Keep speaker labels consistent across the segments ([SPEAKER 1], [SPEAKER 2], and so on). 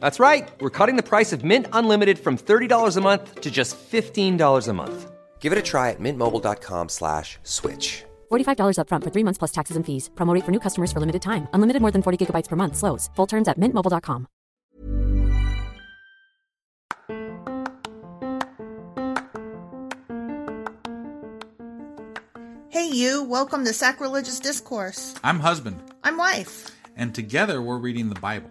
[SPEAKER 1] That's right. We're cutting the price of Mint Unlimited from $30 a month to just $15 a month. Give it a try at mintmobile.com slash switch.
[SPEAKER 2] $45 upfront for three months plus taxes and fees. Promo rate for new customers for limited time. Unlimited more than 40 gigabytes per month. Slows. Full terms at mintmobile.com.
[SPEAKER 3] Hey, you, welcome to Sacrilegious Discourse.
[SPEAKER 4] I'm husband,
[SPEAKER 3] I'm Wife,
[SPEAKER 4] and together we're reading the Bible.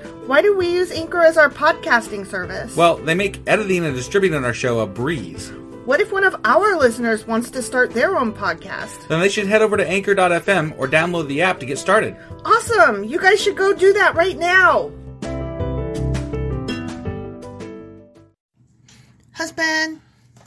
[SPEAKER 3] Why do we use Anchor as our podcasting service?
[SPEAKER 4] Well, they make editing and distributing our show a breeze.
[SPEAKER 3] what if one of our listeners wants to start their own podcast?
[SPEAKER 4] Then they should head over to anchor.fm or download the app to get started.
[SPEAKER 3] Awesome! You guys should go do that right now! Husband,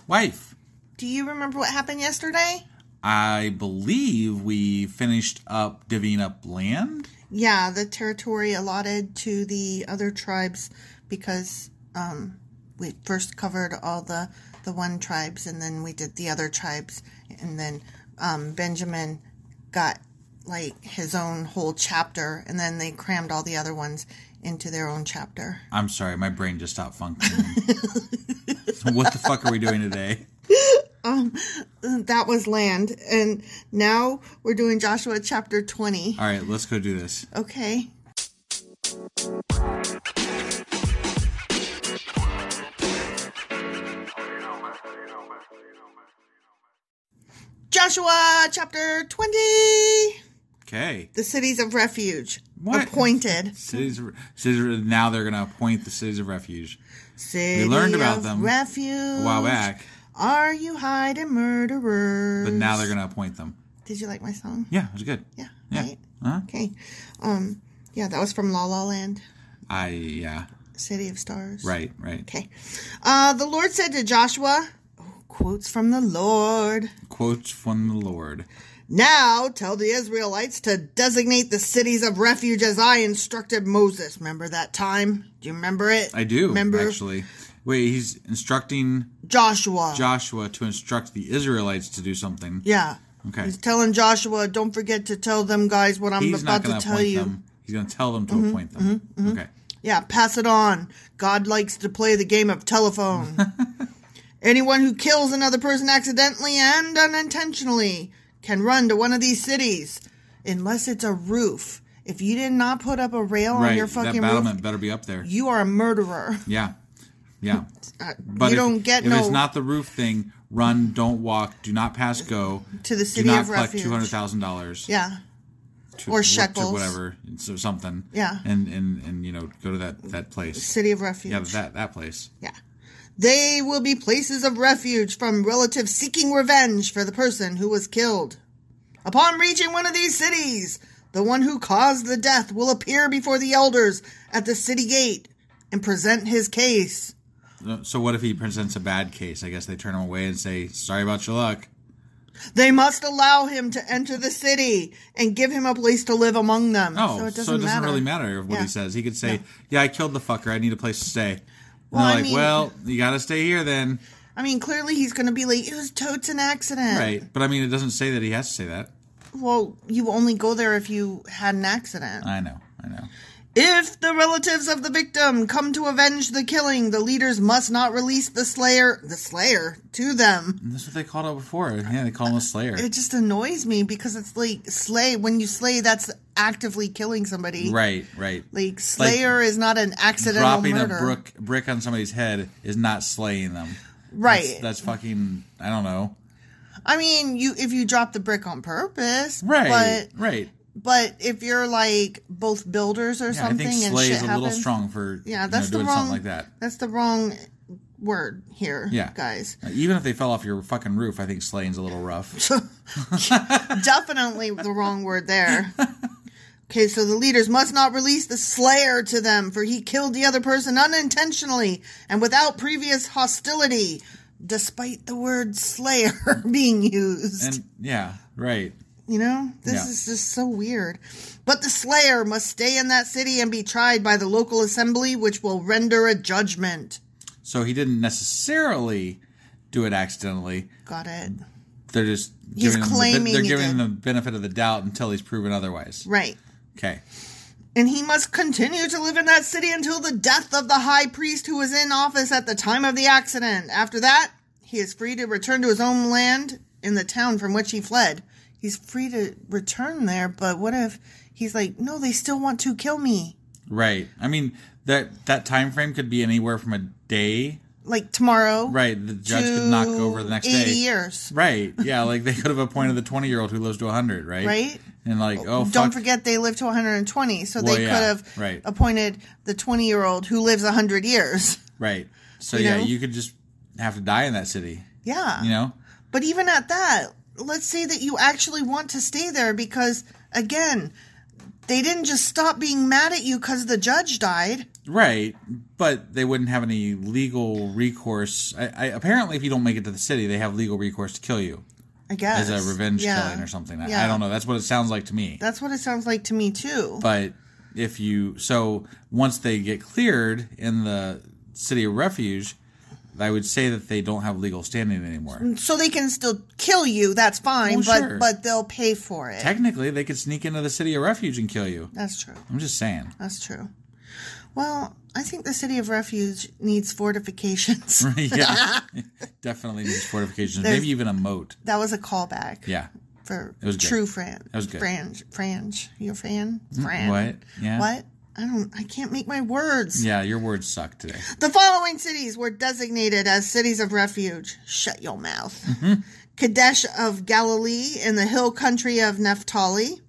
[SPEAKER 4] Wife,
[SPEAKER 3] do you remember what happened yesterday?
[SPEAKER 4] I believe we finished up divvying up land.
[SPEAKER 3] Yeah, the territory allotted to the other tribes because um, we first covered all the, the one tribes and then we did the other tribes. And then um, Benjamin got like his own whole chapter and then they crammed all the other ones into their own chapter.
[SPEAKER 4] I'm sorry, my brain just stopped functioning. what the fuck are we doing today?
[SPEAKER 3] That was land. And now we're doing Joshua chapter 20.
[SPEAKER 4] All right, let's go do this.
[SPEAKER 3] Okay. Joshua chapter 20
[SPEAKER 4] Okay.
[SPEAKER 3] The cities of refuge
[SPEAKER 4] What?
[SPEAKER 3] appointed
[SPEAKER 4] Cities, cities, now they're going to appoint the cities of refuge.
[SPEAKER 3] City
[SPEAKER 4] learned about
[SPEAKER 3] of
[SPEAKER 4] them a
[SPEAKER 3] refuge
[SPEAKER 4] A while back,
[SPEAKER 3] Are you hiding murderers
[SPEAKER 4] but now they're going to appoint them.
[SPEAKER 3] Did you like my song?
[SPEAKER 4] Yeah, it was good.
[SPEAKER 3] Yeah,
[SPEAKER 4] Yeah.
[SPEAKER 3] right.
[SPEAKER 4] Uh-huh.
[SPEAKER 3] Okay. Um yeah, that was from La La Land,
[SPEAKER 4] I, yeah.
[SPEAKER 3] City of Stars.
[SPEAKER 4] Right, right.
[SPEAKER 3] Okay. Uh, the Lord said to Joshua, oh, quotes from the Lord.
[SPEAKER 4] Quotes from the Lord.
[SPEAKER 3] Now tell the Israelites to designate the cities of refuge as I instructed Moses. Remember that time? Do you remember it?
[SPEAKER 4] I do,
[SPEAKER 3] Remember
[SPEAKER 4] actually. Wait, he's instructing
[SPEAKER 3] Joshua.
[SPEAKER 4] Joshua to instruct the Israelites to do something.
[SPEAKER 3] yeah.
[SPEAKER 4] Okay.
[SPEAKER 3] He's telling Joshua, don't forget to tell them guys what I'm
[SPEAKER 4] He's not
[SPEAKER 3] about
[SPEAKER 4] going
[SPEAKER 3] to
[SPEAKER 4] to
[SPEAKER 3] tell
[SPEAKER 4] appoint
[SPEAKER 3] you. Mm-hmm,
[SPEAKER 4] them. He's going to tell them to appoint them. Okay.
[SPEAKER 3] Yeah, pass it on. God likes to play the game of telephone. Anyone who kills another person accidentally and unintentionally can run to one of these cities, unless it's a roof. If you did not put up a rail on
[SPEAKER 4] right.
[SPEAKER 3] your
[SPEAKER 4] That
[SPEAKER 3] fucking
[SPEAKER 4] battlement
[SPEAKER 3] roof,
[SPEAKER 4] better be up there.
[SPEAKER 3] you are a murderer.
[SPEAKER 4] Yeah, yeah.
[SPEAKER 3] Uh,
[SPEAKER 4] But
[SPEAKER 3] you
[SPEAKER 4] if,
[SPEAKER 3] don't get
[SPEAKER 4] if
[SPEAKER 3] no
[SPEAKER 4] it's not the roof thing, run, don't walk, do not pass go.
[SPEAKER 3] To the
[SPEAKER 4] do
[SPEAKER 3] city
[SPEAKER 4] not
[SPEAKER 3] of
[SPEAKER 4] collect
[SPEAKER 3] refuge.
[SPEAKER 4] two hundred thousand dollars.
[SPEAKER 3] yeah. or shekels.
[SPEAKER 4] whatever, so something.
[SPEAKER 3] Yeah.
[SPEAKER 4] and and and you know, go to that that place.
[SPEAKER 3] City of refuge.
[SPEAKER 4] Yeah, that that place.
[SPEAKER 3] Yeah. They will be places of refuge from relatives seeking revenge for the person who was killed. Upon reaching one of these cities, the one who caused the death will appear before the elders at the city gate and present his case.
[SPEAKER 4] So what if he presents a bad case? I guess they turn him away and say, "Sorry about your luck."
[SPEAKER 3] They must allow him to enter the city and give him a place to live among them.
[SPEAKER 4] Oh, so it doesn't, really matter what he
[SPEAKER 3] Yeah.
[SPEAKER 4] says. He could say, "Yeah, I killed the fucker. I need a place to stay." And
[SPEAKER 3] Well,
[SPEAKER 4] they're
[SPEAKER 3] I
[SPEAKER 4] like,
[SPEAKER 3] mean-
[SPEAKER 4] "Well, you got to stay here then."
[SPEAKER 3] I mean, clearly he's going to be like, it was totes an accident.
[SPEAKER 4] Right. But I mean, it doesn't say that he has to say that.
[SPEAKER 3] Well, you only go there if you had an accident.
[SPEAKER 4] I know. I know.
[SPEAKER 3] If the relatives of the victim come to avenge the killing, the leaders must not release the slayer, the slayer, to them.
[SPEAKER 4] And that's what they called it before. Yeah, they call him a slayer.
[SPEAKER 3] It just annoys me because it's like slay. When you slay, that's actively killing somebody.
[SPEAKER 4] Right. Right.
[SPEAKER 3] Like slayer is not an accidental
[SPEAKER 4] Dropping a
[SPEAKER 3] murder.
[SPEAKER 4] brick brick on somebody's head is not slaying them.
[SPEAKER 3] right.
[SPEAKER 4] That's, that's fucking. I don't know.
[SPEAKER 3] I mean, you if you drop the brick on purpose,
[SPEAKER 4] Right.
[SPEAKER 3] But
[SPEAKER 4] right.
[SPEAKER 3] but if you're like both builders or
[SPEAKER 4] Yeah, I
[SPEAKER 3] something
[SPEAKER 4] think
[SPEAKER 3] and
[SPEAKER 4] slay
[SPEAKER 3] shit
[SPEAKER 4] is a little
[SPEAKER 3] happens-
[SPEAKER 4] strong for
[SPEAKER 3] Yeah,
[SPEAKER 4] you know,
[SPEAKER 3] that's
[SPEAKER 4] doing
[SPEAKER 3] the wrong.
[SPEAKER 4] something like that.
[SPEAKER 3] That's the wrong word here.
[SPEAKER 4] Yeah.
[SPEAKER 3] guys.
[SPEAKER 4] Uh, Even if they fell off your fucking roof, I think slaying's a little rough.
[SPEAKER 3] definitely the wrong word there. Okay, so the leaders must not release the slayer to them, for he killed the other person unintentionally and without previous hostility, despite the word slayer being used.
[SPEAKER 4] and yeah, right.
[SPEAKER 3] you know, this
[SPEAKER 4] Yeah.
[SPEAKER 3] is just so weird. But the slayer must stay in that city and be tried by the local assembly, which will render a judgment.
[SPEAKER 4] So he didn't necessarily do it accidentally.
[SPEAKER 3] Got it.
[SPEAKER 4] They're just
[SPEAKER 3] He's
[SPEAKER 4] giving him the ben-
[SPEAKER 3] claiming
[SPEAKER 4] they're
[SPEAKER 3] he
[SPEAKER 4] giving him
[SPEAKER 3] did.
[SPEAKER 4] the benefit of the doubt until he's proven otherwise.
[SPEAKER 3] Right.
[SPEAKER 4] Okay.
[SPEAKER 3] And he must continue to live in that city until the death of the high priest who was in office at the time of the accident. After that, he is free to return to his own land in the town from which he fled. He's free to return there, but what if he's like, no, they still want to kill me?
[SPEAKER 4] Right. I mean that that time frame could be anywhere from a day.
[SPEAKER 3] Like tomorrow.
[SPEAKER 4] Right. The judge
[SPEAKER 3] to
[SPEAKER 4] could knock over the next
[SPEAKER 3] 80
[SPEAKER 4] day.
[SPEAKER 3] years.
[SPEAKER 4] Right. Yeah. Like they could have appointed the twenty year old who lives to hundred. Right.
[SPEAKER 3] Right.
[SPEAKER 4] And like oh
[SPEAKER 3] Don't
[SPEAKER 4] fuck.
[SPEAKER 3] forget they lived to 120, so
[SPEAKER 4] Well,
[SPEAKER 3] they
[SPEAKER 4] yeah,
[SPEAKER 3] could have
[SPEAKER 4] right.
[SPEAKER 3] appointed the 20 year old who lives 100 years.
[SPEAKER 4] Right. So
[SPEAKER 3] You
[SPEAKER 4] yeah,
[SPEAKER 3] know?
[SPEAKER 4] you could just have to die in that city.
[SPEAKER 3] Yeah.
[SPEAKER 4] You know.
[SPEAKER 3] But even at that, let's say that you actually want to stay there because, again, they didn't just stop being mad at you because the judge died.
[SPEAKER 4] Right, but they wouldn't have any legal recourse. I, I, apparently, if you don't make it to the city, they have legal recourse to kill you
[SPEAKER 3] I guess
[SPEAKER 4] as a revenge
[SPEAKER 3] Yeah.
[SPEAKER 4] killing or something. I- I
[SPEAKER 3] Yeah.
[SPEAKER 4] don't know. That's what it sounds like to me.
[SPEAKER 3] That's what it sounds like to me too.
[SPEAKER 4] but if you so once they get cleared in the city of refuge, I would say that they don't have legal standing anymore.
[SPEAKER 3] so they can still kill you. That's fine,
[SPEAKER 4] Well,
[SPEAKER 3] but
[SPEAKER 4] sure.
[SPEAKER 3] but they'll pay for it.
[SPEAKER 4] Technically, they could sneak into the city of refuge and kill you.
[SPEAKER 3] That's true.
[SPEAKER 4] I'm just saying.
[SPEAKER 3] That's true. Well, I think the city of refuge needs fortifications.
[SPEAKER 4] yeah, definitely needs fortifications. Maybe even a moat.
[SPEAKER 3] that was a callback
[SPEAKER 4] Yeah.
[SPEAKER 3] for
[SPEAKER 4] was good.
[SPEAKER 3] true Fran. That
[SPEAKER 4] was good. Mm,
[SPEAKER 3] Fran, Fran, your fan, Fran.
[SPEAKER 4] What? Yeah.
[SPEAKER 3] What? I don't. I can't make my words.
[SPEAKER 4] Yeah, your words suck today.
[SPEAKER 3] The following cities were designated as cities of refuge. Shut your mouth.
[SPEAKER 4] Mm-hmm.
[SPEAKER 3] Kadesh of Galilee in the hill country of Naphtali,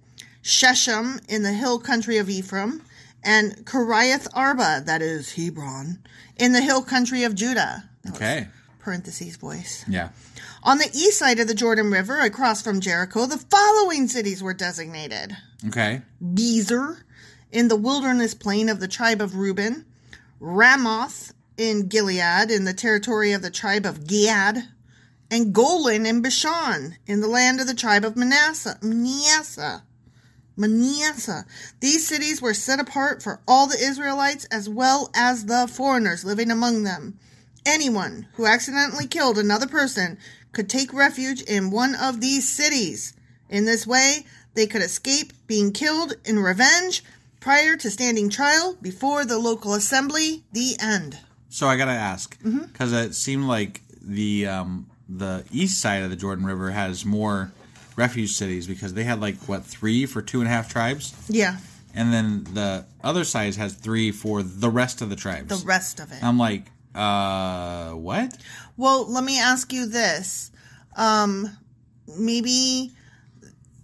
[SPEAKER 3] Shechem in the hill country of Ephraim, and Kiriath Arba, that is Hebron, in the hill country of Judah. That was
[SPEAKER 4] Okay.
[SPEAKER 3] Parentheses voice.
[SPEAKER 4] Yeah.
[SPEAKER 3] On the east side of the Jordan River, across from Jericho, the following cities were designated.
[SPEAKER 4] Okay.
[SPEAKER 3] Bezer in the wilderness plain of the tribe of Reuben, Ramoth in Gilead in the territory of the tribe of Gad, and Golan in Bashan in the land of the tribe of Manasseh. Manasseh. Manasseh. These cities were set apart for all the Israelites as well as the foreigners living among them. Anyone who accidentally killed another person could take refuge in one of these cities. In this way, they could escape being killed in revenge prior to standing trial before the local assembly. The end.
[SPEAKER 4] So I gotta ask because it seemed like the um, the east side of the Jordan River has more refuge cities because they had like what three for two and a half tribes,
[SPEAKER 3] Yeah.
[SPEAKER 4] and then the other side has three for the rest of the tribes.
[SPEAKER 3] the rest of it.
[SPEAKER 4] I'm like, uh, what?
[SPEAKER 3] Well, let me ask you this. Um, maybe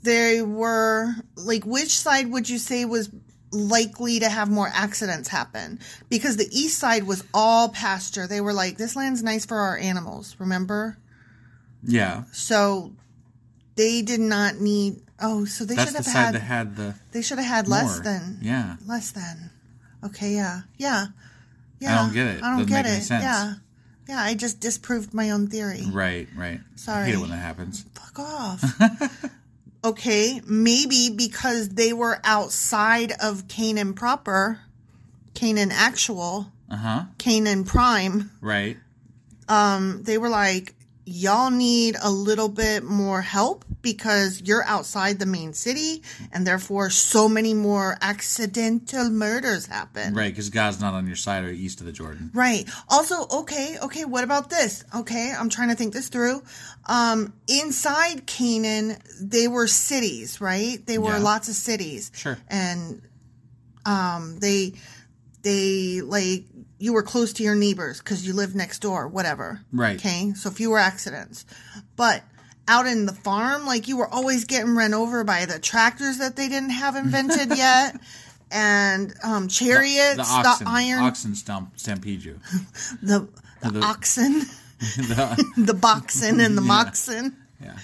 [SPEAKER 3] they were like, which side would you say was likely to have more accidents happen? Because the east side was all pasture. They were like, this land's nice for our animals, remember?
[SPEAKER 4] Yeah,
[SPEAKER 3] So they did not need. Oh, so they
[SPEAKER 4] that's
[SPEAKER 3] should
[SPEAKER 4] the
[SPEAKER 3] have
[SPEAKER 4] side
[SPEAKER 3] had.
[SPEAKER 4] that had the.
[SPEAKER 3] they should have had less
[SPEAKER 4] more.
[SPEAKER 3] than.
[SPEAKER 4] Yeah.
[SPEAKER 3] Less than. Okay. Yeah. Yeah. Yeah.
[SPEAKER 4] don't get it.
[SPEAKER 3] I
[SPEAKER 4] Doesn't
[SPEAKER 3] don't get
[SPEAKER 4] make any
[SPEAKER 3] it.
[SPEAKER 4] sense.
[SPEAKER 3] Yeah. Yeah. I just disproved my own theory.
[SPEAKER 4] Right, right. I hate
[SPEAKER 3] Sorry.
[SPEAKER 4] it when that happens.
[SPEAKER 3] fuck off. okay, maybe because they were outside of Canaan proper, Canaan actual,
[SPEAKER 4] Uh huh.
[SPEAKER 3] Canaan prime.
[SPEAKER 4] Right.
[SPEAKER 3] They were like, y'all need a little bit more help because you're outside the main city, and therefore so many more accidental murders happen.
[SPEAKER 4] Right, because God's not on your side or east of the Jordan.
[SPEAKER 3] Right. Also, okay, okay, what about this? Okay, I'm trying to think this through. Um, inside Canaan, they were cities, right? They were
[SPEAKER 4] Yeah.
[SPEAKER 3] lots of cities.
[SPEAKER 4] Sure.
[SPEAKER 3] And um they they like you were close to your neighbors because you lived next door, whatever.
[SPEAKER 4] Right.
[SPEAKER 3] Okay. So fewer accidents. But out in the farm, like you were always getting run over by the tractors that they didn't have invented yet. And um, chariots, the,
[SPEAKER 4] oxen,
[SPEAKER 3] iron
[SPEAKER 4] oxen stomp, stampede you.
[SPEAKER 3] the, the, oxen,
[SPEAKER 4] The-
[SPEAKER 3] the boxen, and the moxen.
[SPEAKER 4] yeah.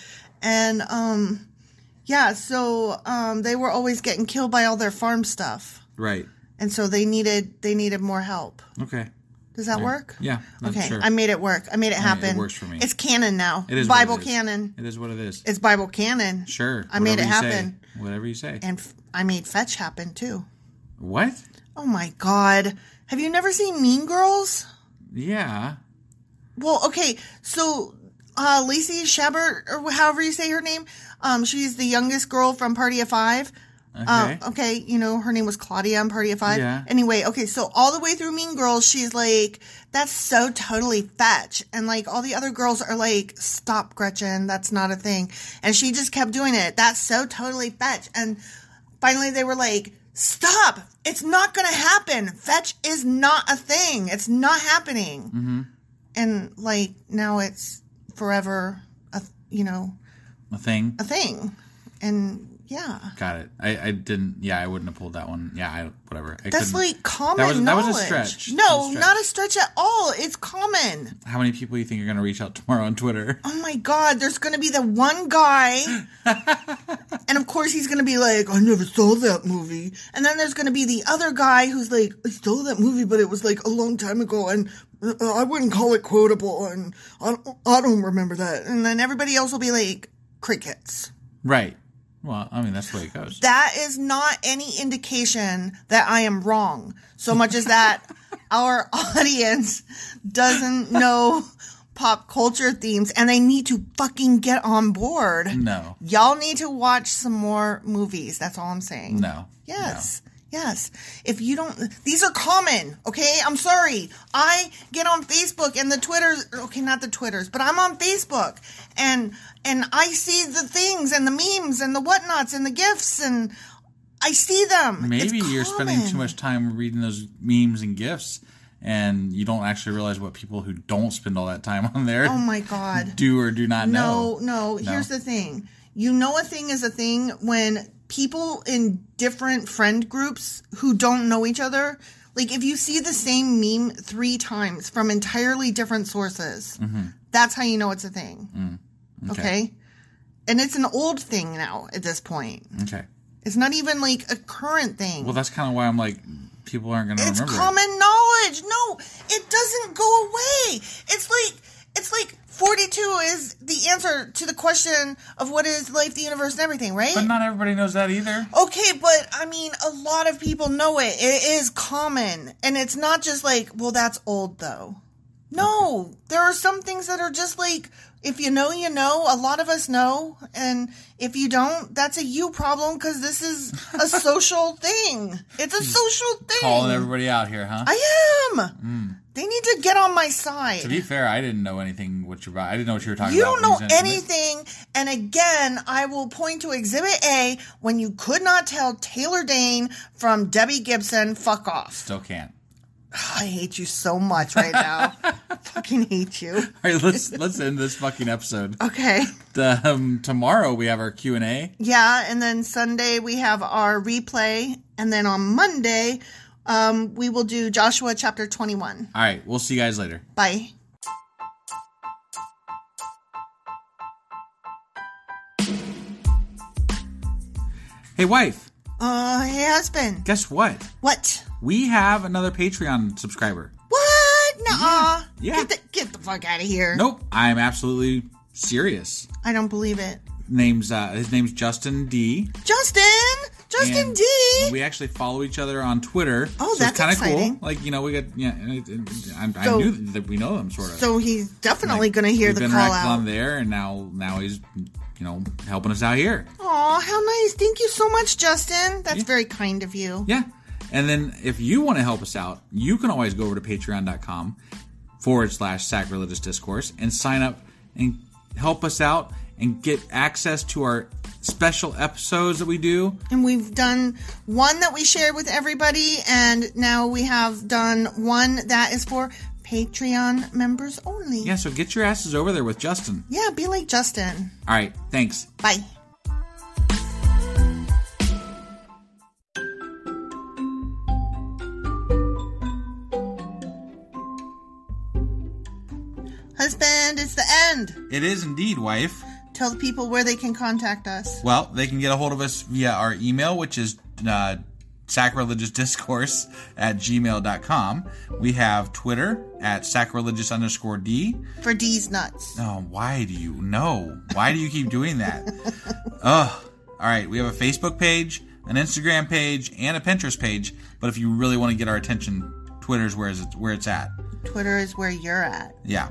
[SPEAKER 3] And um, yeah, so um, they were always getting killed by all their farm stuff,
[SPEAKER 4] Right.
[SPEAKER 3] and so they needed they needed more help.
[SPEAKER 4] Okay.
[SPEAKER 3] Does that work?
[SPEAKER 4] Yeah. that's
[SPEAKER 3] Okay,
[SPEAKER 4] Sure.
[SPEAKER 3] I made it work. I made it happen.
[SPEAKER 4] works for me.
[SPEAKER 3] It's canon now.
[SPEAKER 4] It is what
[SPEAKER 3] Bible
[SPEAKER 4] it is.
[SPEAKER 3] canon.
[SPEAKER 4] It is what it is.
[SPEAKER 3] It's Bible canon.
[SPEAKER 4] Sure.
[SPEAKER 3] I made
[SPEAKER 4] whatever
[SPEAKER 3] it
[SPEAKER 4] you say.
[SPEAKER 3] happen,
[SPEAKER 4] Whatever you say.
[SPEAKER 3] and f- I made fetch happen too.
[SPEAKER 4] what?
[SPEAKER 3] Oh my god! Have you never seen Mean Girls?
[SPEAKER 4] Yeah.
[SPEAKER 3] Well, okay, so uh, Lacey Chabert, or however you say her name, um, she's the youngest girl from Party of Five.
[SPEAKER 4] Okay.
[SPEAKER 3] Um, okay, you know, her name was Claudia on Party of Five.
[SPEAKER 4] Yeah.
[SPEAKER 3] Anyway, okay, so all the way through Mean Girls, she's like, that's so totally fetch. And like all the other girls are like, stop, Gretchen, that's not a thing. And she just kept doing it. That's so totally fetch. And finally they were like, stop, it's not going to happen. Fetch is not a thing, it's not happening. And like now it's forever, a, you know,
[SPEAKER 4] A thing.
[SPEAKER 3] a thing. And yeah.
[SPEAKER 4] Got it. I, I didn't. Yeah, I wouldn't have pulled that one. Yeah, I, whatever. I
[SPEAKER 3] That's
[SPEAKER 4] couldn't-
[SPEAKER 3] like common
[SPEAKER 4] That was,
[SPEAKER 3] knowledge.
[SPEAKER 4] That was a stretch. That
[SPEAKER 3] No,
[SPEAKER 4] was
[SPEAKER 3] not a stretch at all. It's common.
[SPEAKER 4] How many people do you think are going to reach out tomorrow on Twitter?
[SPEAKER 3] Oh my god, there's gonna be the one guy, and of course he's gonna be like, "I never saw that movie," and then there's gonna be the other guy who's like, "I saw that movie, but it was like a long time ago, and uh, I wouldn't call it quotable, and I don't, I don't remember that," and then everybody else will be like, "Crickets."
[SPEAKER 4] Right. Well, I mean, that's the way it goes.
[SPEAKER 3] that is not any indication that I am wrong, so much as that our audience doesn't know pop culture themes and they need to fucking get on board.
[SPEAKER 4] no.
[SPEAKER 3] Y'all need to watch some more movies. That's all I'm saying.
[SPEAKER 4] No.
[SPEAKER 3] Yes. Yes. If you don't, these are common. Okay. I'm sorry. I get on Facebook and the Twitters. Okay, not the Twitters, but I'm on Facebook and and I see the things and the memes and the whatnots and the gifts and I see them. It's
[SPEAKER 4] Maybe you're spending
[SPEAKER 3] common.
[SPEAKER 4] too much time reading those memes and gifs, and you don't actually realize what people who don't spend all that time on there
[SPEAKER 3] Oh my god.
[SPEAKER 4] do or do not
[SPEAKER 3] No,
[SPEAKER 4] know.
[SPEAKER 3] no, Here's the thing. You know a thing is a thing when people in different friend groups who don't know each other, like if you see the same meme three times from entirely different sources, that's how you know it's a thing. Mm-hmm. Mm. okay. And it's an old thing now at this point.
[SPEAKER 4] Okay.
[SPEAKER 3] It's not even like a current thing.
[SPEAKER 4] Well, that's kind of why I'm like, people aren't going to
[SPEAKER 3] It's
[SPEAKER 4] remember. it.
[SPEAKER 3] common knowledge. No, it doesn't go away. It's like it's like 42 is the answer to the question of what is life, the universe, and everything, right?
[SPEAKER 4] But not everybody knows that either.
[SPEAKER 3] okay, but I mean, a lot of people know it. It is common, and it's not just like, well, that's old though. No, there are some things that are just like if you know, you know. A lot of us know, and if you don't, that's a you problem because this is a social thing. It's a social thing.
[SPEAKER 4] Calling everybody out here, huh?
[SPEAKER 3] I am. They need to get on my side.
[SPEAKER 4] Hmm. to be fair, I didn't know anything what you're about. I didn't know what you were talking
[SPEAKER 3] You
[SPEAKER 4] about.
[SPEAKER 3] don't know
[SPEAKER 4] when you sent it to me.
[SPEAKER 3] anything. And again, I will point to Exhibit A when you could not tell Taylor Dane from Debbie Gibson, fuck off.
[SPEAKER 4] Still can't.
[SPEAKER 3] I hate you so much right now. Fucking hate you.
[SPEAKER 4] All right, let's let's end this fucking episode.
[SPEAKER 3] Okay.
[SPEAKER 4] The, um, tomorrow we have our Q and A.
[SPEAKER 3] Yeah. And then Sunday, we have our replay. And then on Monday, um, we will do Joshua chapter 21.
[SPEAKER 4] All right, we'll see you guys later.
[SPEAKER 3] Bye.
[SPEAKER 4] Hey, wife,
[SPEAKER 3] Uh, hey, husband.
[SPEAKER 4] guess what?
[SPEAKER 3] What?
[SPEAKER 4] We have another Patreon subscriber.
[SPEAKER 3] What? Nuh-uh.
[SPEAKER 4] Yeah.
[SPEAKER 3] Get, the, get the fuck out of here.
[SPEAKER 4] Nope, I'm absolutely serious.
[SPEAKER 3] I don't believe it.
[SPEAKER 4] Name's uh, his name's Justin D.
[SPEAKER 3] Justin! Justin
[SPEAKER 4] And
[SPEAKER 3] D!
[SPEAKER 4] We actually follow each other on Twitter.
[SPEAKER 3] Oh,
[SPEAKER 4] so
[SPEAKER 3] that's
[SPEAKER 4] kind of
[SPEAKER 3] exciting.
[SPEAKER 4] cool. Like you know, we got yeah. and it- and I,
[SPEAKER 3] So-
[SPEAKER 4] I knew that we know him sort of.
[SPEAKER 3] So he's definitely going to hear
[SPEAKER 4] We've
[SPEAKER 3] the
[SPEAKER 4] been
[SPEAKER 3] call
[SPEAKER 4] interacted on
[SPEAKER 3] out.
[SPEAKER 4] there, and now now he's you know helping us out here.
[SPEAKER 3] Aw, how nice. Thank you so much, Justin. That's very kind of you.
[SPEAKER 4] Yeah. And then if you want to help us out, you can always go over to patreon.com forward slash sacrilegious discourse and sign up and help us out and get access to our special episodes that we do.
[SPEAKER 3] And we've done one that we shared with everybody, and now we have done one that is for Patreon members only.
[SPEAKER 4] Yeah, so get your asses over there with Justin.
[SPEAKER 3] Yeah, be like Justin.
[SPEAKER 4] All right, thanks.
[SPEAKER 3] Bye. Husband, it's the end.
[SPEAKER 4] It is indeed, wife.
[SPEAKER 3] Tell the people where they can contact us.
[SPEAKER 4] Well, they can get a hold of us via our email, which is uh, sacrilegiousdiscourse at gmail.com. We have Twitter at sacrilegious underscore D.
[SPEAKER 3] For D's nuts.
[SPEAKER 4] Oh, why do you know? Why do you keep doing that? Ugh. All right, we have a Facebook page, an Instagram page, and a Pinterest page. But if you really want to get our attention, Twitter's where is it, where it's at.
[SPEAKER 3] Twitter is where you're at.
[SPEAKER 4] Yeah,